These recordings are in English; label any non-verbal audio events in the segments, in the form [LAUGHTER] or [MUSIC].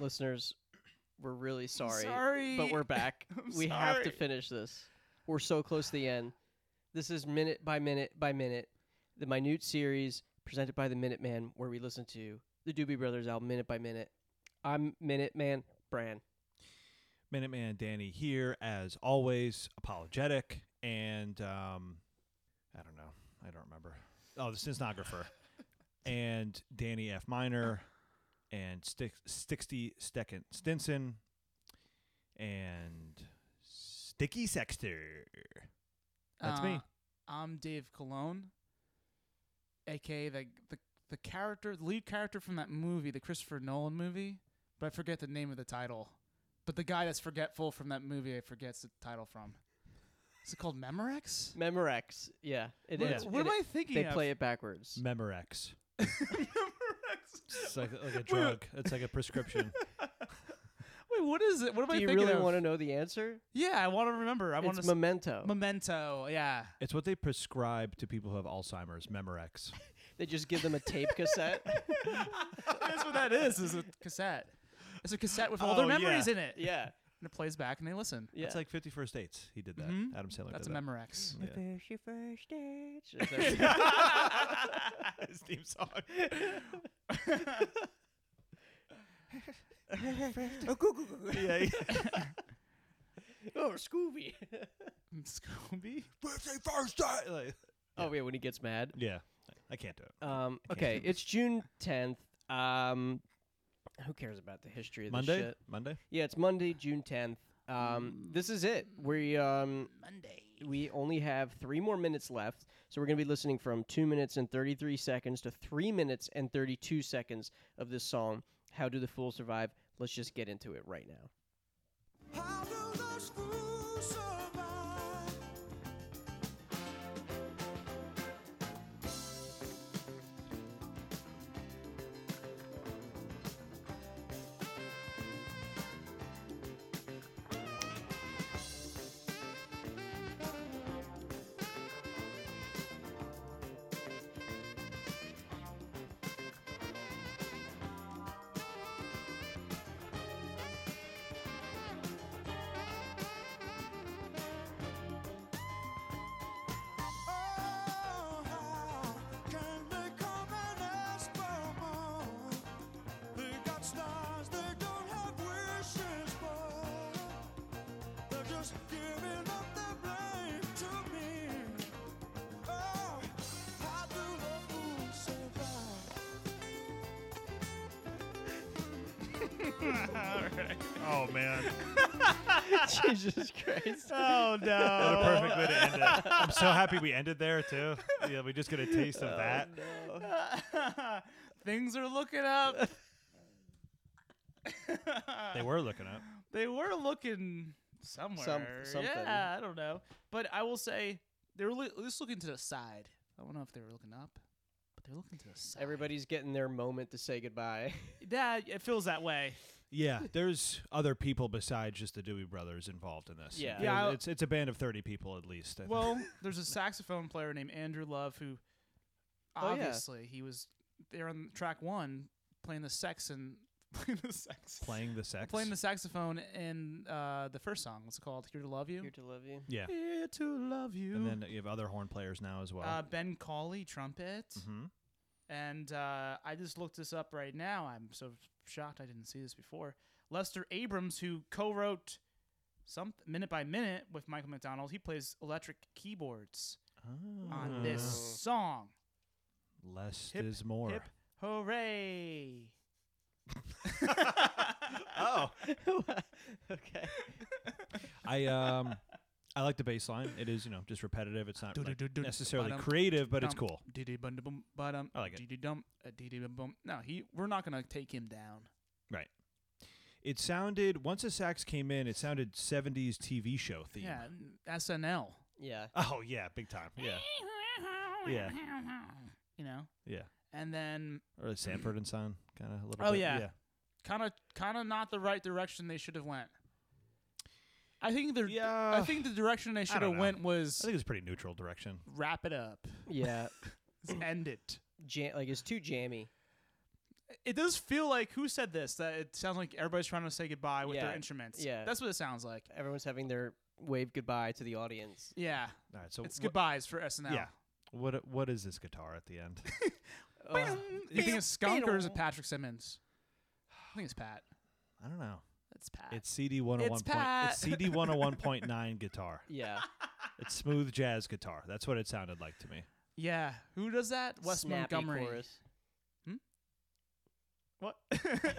listeners, we're really sorry, sorry. but we're back. [LAUGHS] I'm we have to sorry. finish this. We're so close to the end. This is minute by minute by minute, the minute series presented by the Minuteman, where we listen to the Doobie Brothers album minute by minute. I'm Minuteman Bran. Minuteman Danny here, as always, apologetic and um, I don't know, I don't remember. Oh, [LAUGHS] the Snisnographer and Danny F. Minor and Stick Stixty Stecken Stinson and Sticky Sexter. That's me. Uh, I'm Dave Cologne, aka the the the character, the lead character from that movie, the Christopher Nolan movie, but I forget the name of the title. But the guy that's forgetful from that movie, I forget the title from. Is it called Memorex? Memorex. Yeah, it what is. what It- am I thinking? They of? play it backwards. Memorex. Memorex. It's like, like a drug. It's like a [LAUGHS] prescription. Wait, what is it? What am I Do you thinking really of? want to know the answer? Yeah, I want to remember. I want it's to. memento. Memento. Yeah. It's what they prescribe to people who have Alzheimer's. Memorex. they just give them a tape cassette. [LAUGHS] That's what that is. Is a cassette. It's a cassette with all Oh, their yeah. memories in it. yeah, And it plays back, and they listen. yeah. [LAUGHS] It's like Fifty First Dates. He did that. Mhm. Adam Sandler. That's a did that. [LAUGHS] Memorex. Yeah. Your first date. [LAUGHS] His theme song. yeah, oh, Scooby. Scooby. first time. [LAUGHS] Oh yeah, when he gets mad. yeah, I can't do it. Um, I can't okay, do it's June tenth. Um, who cares about the history of Monday, this shit? Monday. Yeah, it's Monday, June tenth. Um, this is it. We um, Monday. we only have three more minutes left, so we're going to be listening from two minutes and thirty three seconds to three minutes and thirty two seconds of this song. How do the fools survive? Let's just get into it right now. How do those fools survive? Oh, how can they come and ask for more? They got stars they don't have wishes for. They're just giving up their blame to me. Oh, how do the fools survive? Oh man, [LAUGHS] Jesus Christ. Oh what a [LAUGHS] no. perfect way to end it. I'm so happy we ended there too. Yeah, we just get a taste of that. Things are looking up. They were looking up. [LAUGHS] They were looking somewhere. something. Yeah, I don't know. But I will say they were li- at least looking to the side. I don't know if they were looking up, but they were looking to the side. Everybody's getting their moment to say goodbye. Yeah, it feels that way. Yeah, there's other people besides just the Dewey Brothers involved in this. Yeah. Yeah, I'll- it's it's a band of thirty people at least. I [LAUGHS] think. Well, there's a saxophone player named Andrew Love who Oh, yeah. obviously he was there on track one playing the sex and [LAUGHS] playing the sex. playing the sex. Playing the saxophone in uh, the first song. What's it called? Here to Love You? Here to love you. Yeah, Here to Love You. and then you have other horn players now as well. uh, Ben Cauley, trumpet. Mm-hmm. hmm And uh, I just looked this up right now. I'm so shocked I didn't see this before. Lester Abrams, who co wrote some Minute by Minute with Michael McDonald, he plays electric keyboards on this Oh. song. Mm-hmm. Ah, Less Hip, is more. Hip, hooray! [LAUGHS] Oh, okay. I um, I like the bass line. It is you know just repetitive. It's not like, necessarily creative, but it's cool. I like it. it. uh, No, he. We're not gonna take him down. It sounded once the sax came in, it sounded '70s TV show theme. Yeah, n- SNL. Yeah. Oh yeah, big time. [LAUGHS] Yeah, Yeah. You know, yeah. and then Or like Sanford and Son, kind of a little. Oh, bit. yeah. kind of, kind of not the right direction they should have went. I think the. Yeah. I think the direction they should don't have know. went was I think it's pretty neutral direction. wrap it up, Yeah. [CLEARS THROAT] end it. Jam- like it's too jammy. It does feel like who said this? That it sounds like everybody's trying to say goodbye with Yeah, their instruments. yeah. that's what it sounds like. Everyone's having their wave goodbye to the audience. Yeah, All right, so it's wha- goodbyes for SNL. Yeah. What what is this guitar at [LAUGHS] the end? Uh, You think it's Skunk or is it Patrick Simmons? I think it's Pat. I don't know. It's Pat. It's CD 101. It's point, Pat. it's [LAUGHS] CD 101.9 guitar. yeah. It's smooth jazz guitar. That's what it sounded like to me. yeah. Who does that? Wes snappy Montgomery. chorus. [LAUGHS] What? I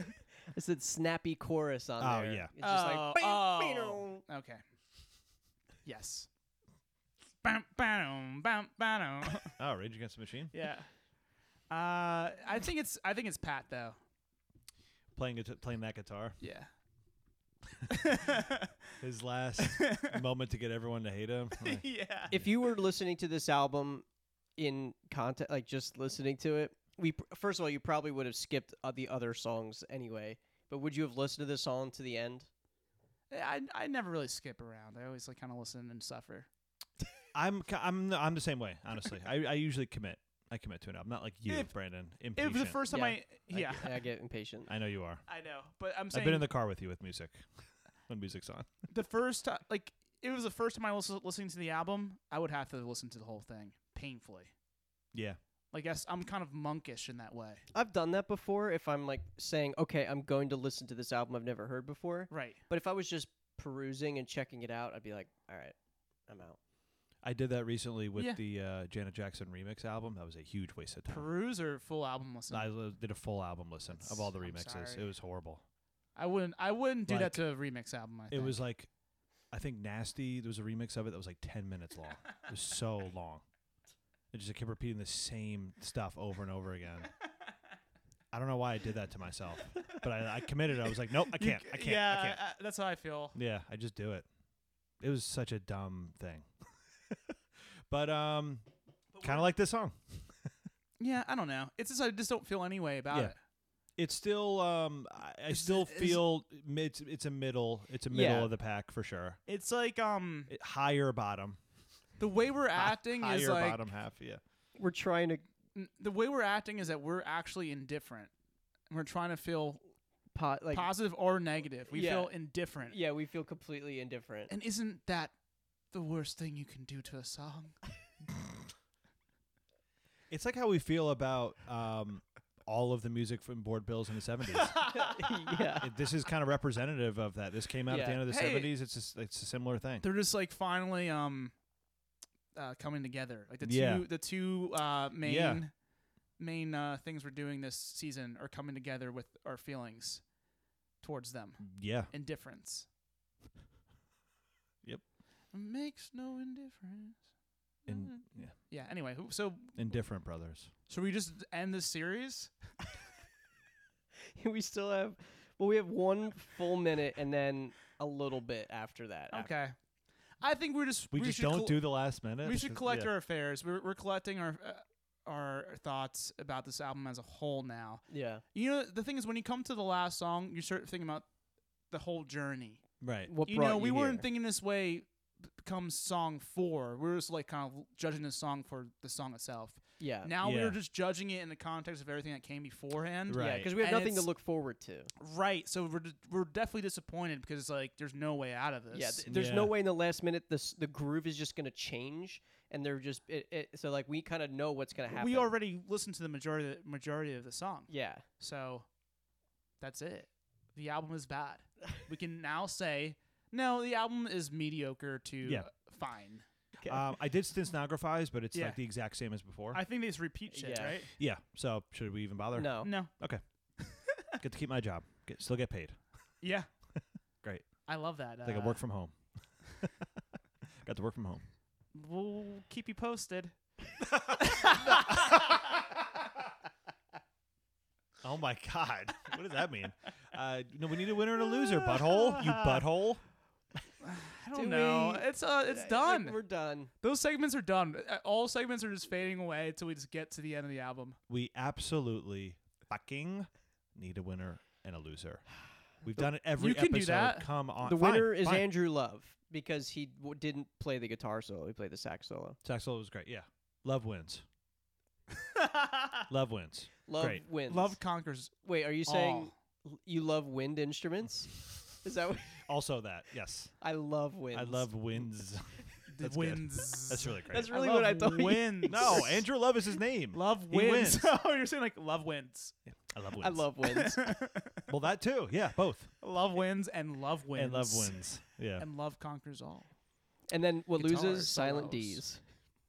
said snappy chorus on Oh, there. yeah. It's just Oh, like bam, oh. bam. okay. Yes. Bam, bam, bam, [LAUGHS] bam. Oh, Rage Against the Machine yeah. Uh, I think it's I think it's Pat though. playing guita- playing that guitar. [LAUGHS] Yeah. [LAUGHS] [LAUGHS] His last moment to get everyone to hate him. Like, yeah. If you were listening to this album in context, like just listening to it, we pr- first of all, you probably would have skipped uh, the other songs anyway. But would you have listened to this song to the end? I I never really skip around. I always like kind of listen and suffer. I'm ki- I'm I'm the same way. Honestly, I, I usually commit. I commit to an album. Not like you, If- Brandon. It Impatient. was the first time Yeah. I yeah. I, get- I get impatient. I know you are. I know, but I'm I've saying been in the car with you with [LAUGHS] music when music's on. the first time, like it was the first time I was listening to the album. I would have to listen to the whole thing painfully. Yeah. Like yes, I'm kind of monkish in that way. I've done that before. If I'm like saying, okay, I'm going to listen to this album I've never heard before, Right. But if I was just perusing and checking it out, I'd be like, all right, I'm out. I did that recently with Yeah. the uh, Janet Jackson remix album. That was a huge waste of time. Peruse or full album listen. I li- did a full album listen of all the That's- I'm remixes. It sorry. was horrible. I wouldn't. I wouldn't do Like, that to a remix album. I It think. was like, I think Nasty. There was a remix of it that was like ten minutes long. It was so [LAUGHS] long. It just kept repeating the same stuff over and over again. I don't know why I did that to myself, but I, I committed. I was like, nope, I You can't. c- I can't. Yeah, I can't. uh, that's how I feel. Yeah, I just do it. It was such a dumb thing. [LAUGHS] but um kind of like this song. Yeah, I don't know. It's just I just don't feel any way about Yeah. it. It's still um I, I Is still it- is- feel mi- it's it's a middle, it's a middle Yeah. of the pack for sure. It's like um It, higher bottom. the way we're hi- acting higher is like bottom half, yeah. We're trying to n- the way we're acting is that we're actually indifferent. We're trying to feel pot like positive or negative. We Yeah. feel indifferent. yeah, we feel completely [LAUGHS] indifferent. And isn't that the worst thing you can do to a song? It's like how we feel about um all of the music from Board Bills in [LAUGHS] the 70s. [LAUGHS] yeah. It- this is kind of representative of that. This came out at the Yeah. end of the Hey. 70s. It's just, it's a similar thing. [LAUGHS] They're just like finally um uh coming together. Like the Yeah. two the two uh main Yeah. main uh things we're doing this season are coming together with our feelings towards them. Yeah. Indifference. [LAUGHS] Yep. Makes no indifference. In, yeah. Yeah, anyway, who- so Indifferent brothers. should we just end this series? we still have well, we have one full minute and then a little bit after that. after- Okay. I think we're just Ah. We, just should don't col- do the [LAUGHS] last minute. we should Yeah. collect our affairs. We're, we're collecting our uh, our thoughts about this album as a whole now. Yeah. You know, the thing is, when you come to the last song, you start thinking about the whole journey. [LAUGHS] Right. What you brought know, we you weren't here? thinking this way. b- Comes song four, we we're just like kind of judging the song for the song itself. Uh, Yeah. Now Yeah. we're just judging it in the context of everything that came beforehand. Yeah, Right. because we have And nothing to it's- look forward to. Right, So we're d- we're definitely disappointed because it's like there's no way out of this. Yeah, th- there's Yeah. no way in the last minute this the groove is just going to change, and they're just it, it, so like we kind of know what's going to happen. we already listened to the majority of the, majority of the song. yeah So that's it. The album is bad. we can now say no. The album is mediocre to Yeah. fine. okay. Um, I did stenographise, but it's Yeah. like the exact same as before. I think they just repeat shit, Yeah. right? yeah. So should we even bother? no No. Get to keep my job. Get still get paid. Yeah. [LAUGHS] Great. I love that. Like I uh, work from home. [LAUGHS] Got to work from home. We'll keep you [LAUGHS] posted. Oh my God! [LAUGHS] what does that mean? Uh, no, we need a winner and a loser. [LAUGHS] Butthole, you butthole. I don't Do know. we- It's uh, it's Like, done. we're done. Those segments are done. Uh, All segments are just fading away until we just get to the end of the [LAUGHS] album. We absolutely fucking need a winner and a loser. We've done it every You can do episode. that. Come on. The Fine, winner is fine. Andrew Love because he w- didn't play the guitar solo; he played the sax solo. Saxolo was great. Yeah. Love wins. Love wins. Love Great. wins. Love conquers Wait, are you all. saying Oh. l- you love wind instruments? Is that what [LAUGHS] Also, that yes, I love winds? I love wins. the That's good. wins. That's really great. That's really what I love thought you- Wins. [LAUGHS] no, Andrew Love is his name. Love He wins. wins. [LAUGHS] oh, you're saying like love wins. I love wins. I love winds. [LAUGHS] well that too. Yeah, both. [LAUGHS] love wins and love wins. And love wins. Yeah. And love conquers all. and then what Guitar loses? Silent solos. D's.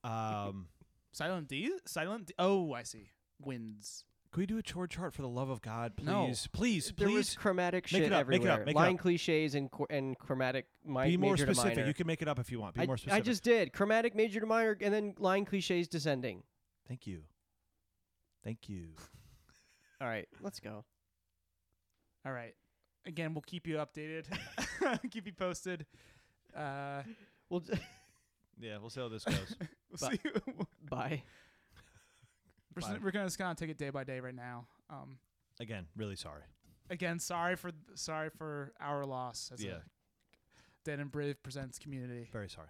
Um, Silent D. Silent. D- oh, I see. Wins. can we do a chord chart for the love of God, please? No. Please, There was please. chromatic Make it shit up, make it up, everywhere. make it Line up. cliches and cor- and chromatic mi- Be more major to specific. minor. You can make it up if you want. Be I, more I specific. just did chromatic major to minor, and then line cliches descending. Thank you. Thank you. All right, let's go. All right. Again, we'll keep you updated. [LAUGHS] keep you posted. Uh, Well, d- [LAUGHS] Yeah, we'll see how this goes. we'll But- see. we're, bye. s- Fine. we're gonna just kind of take it day by day right now. Um, Again, really sorry. again, sorry for sorry for our loss as yeah, a Dead and Brave presents community. very sorry.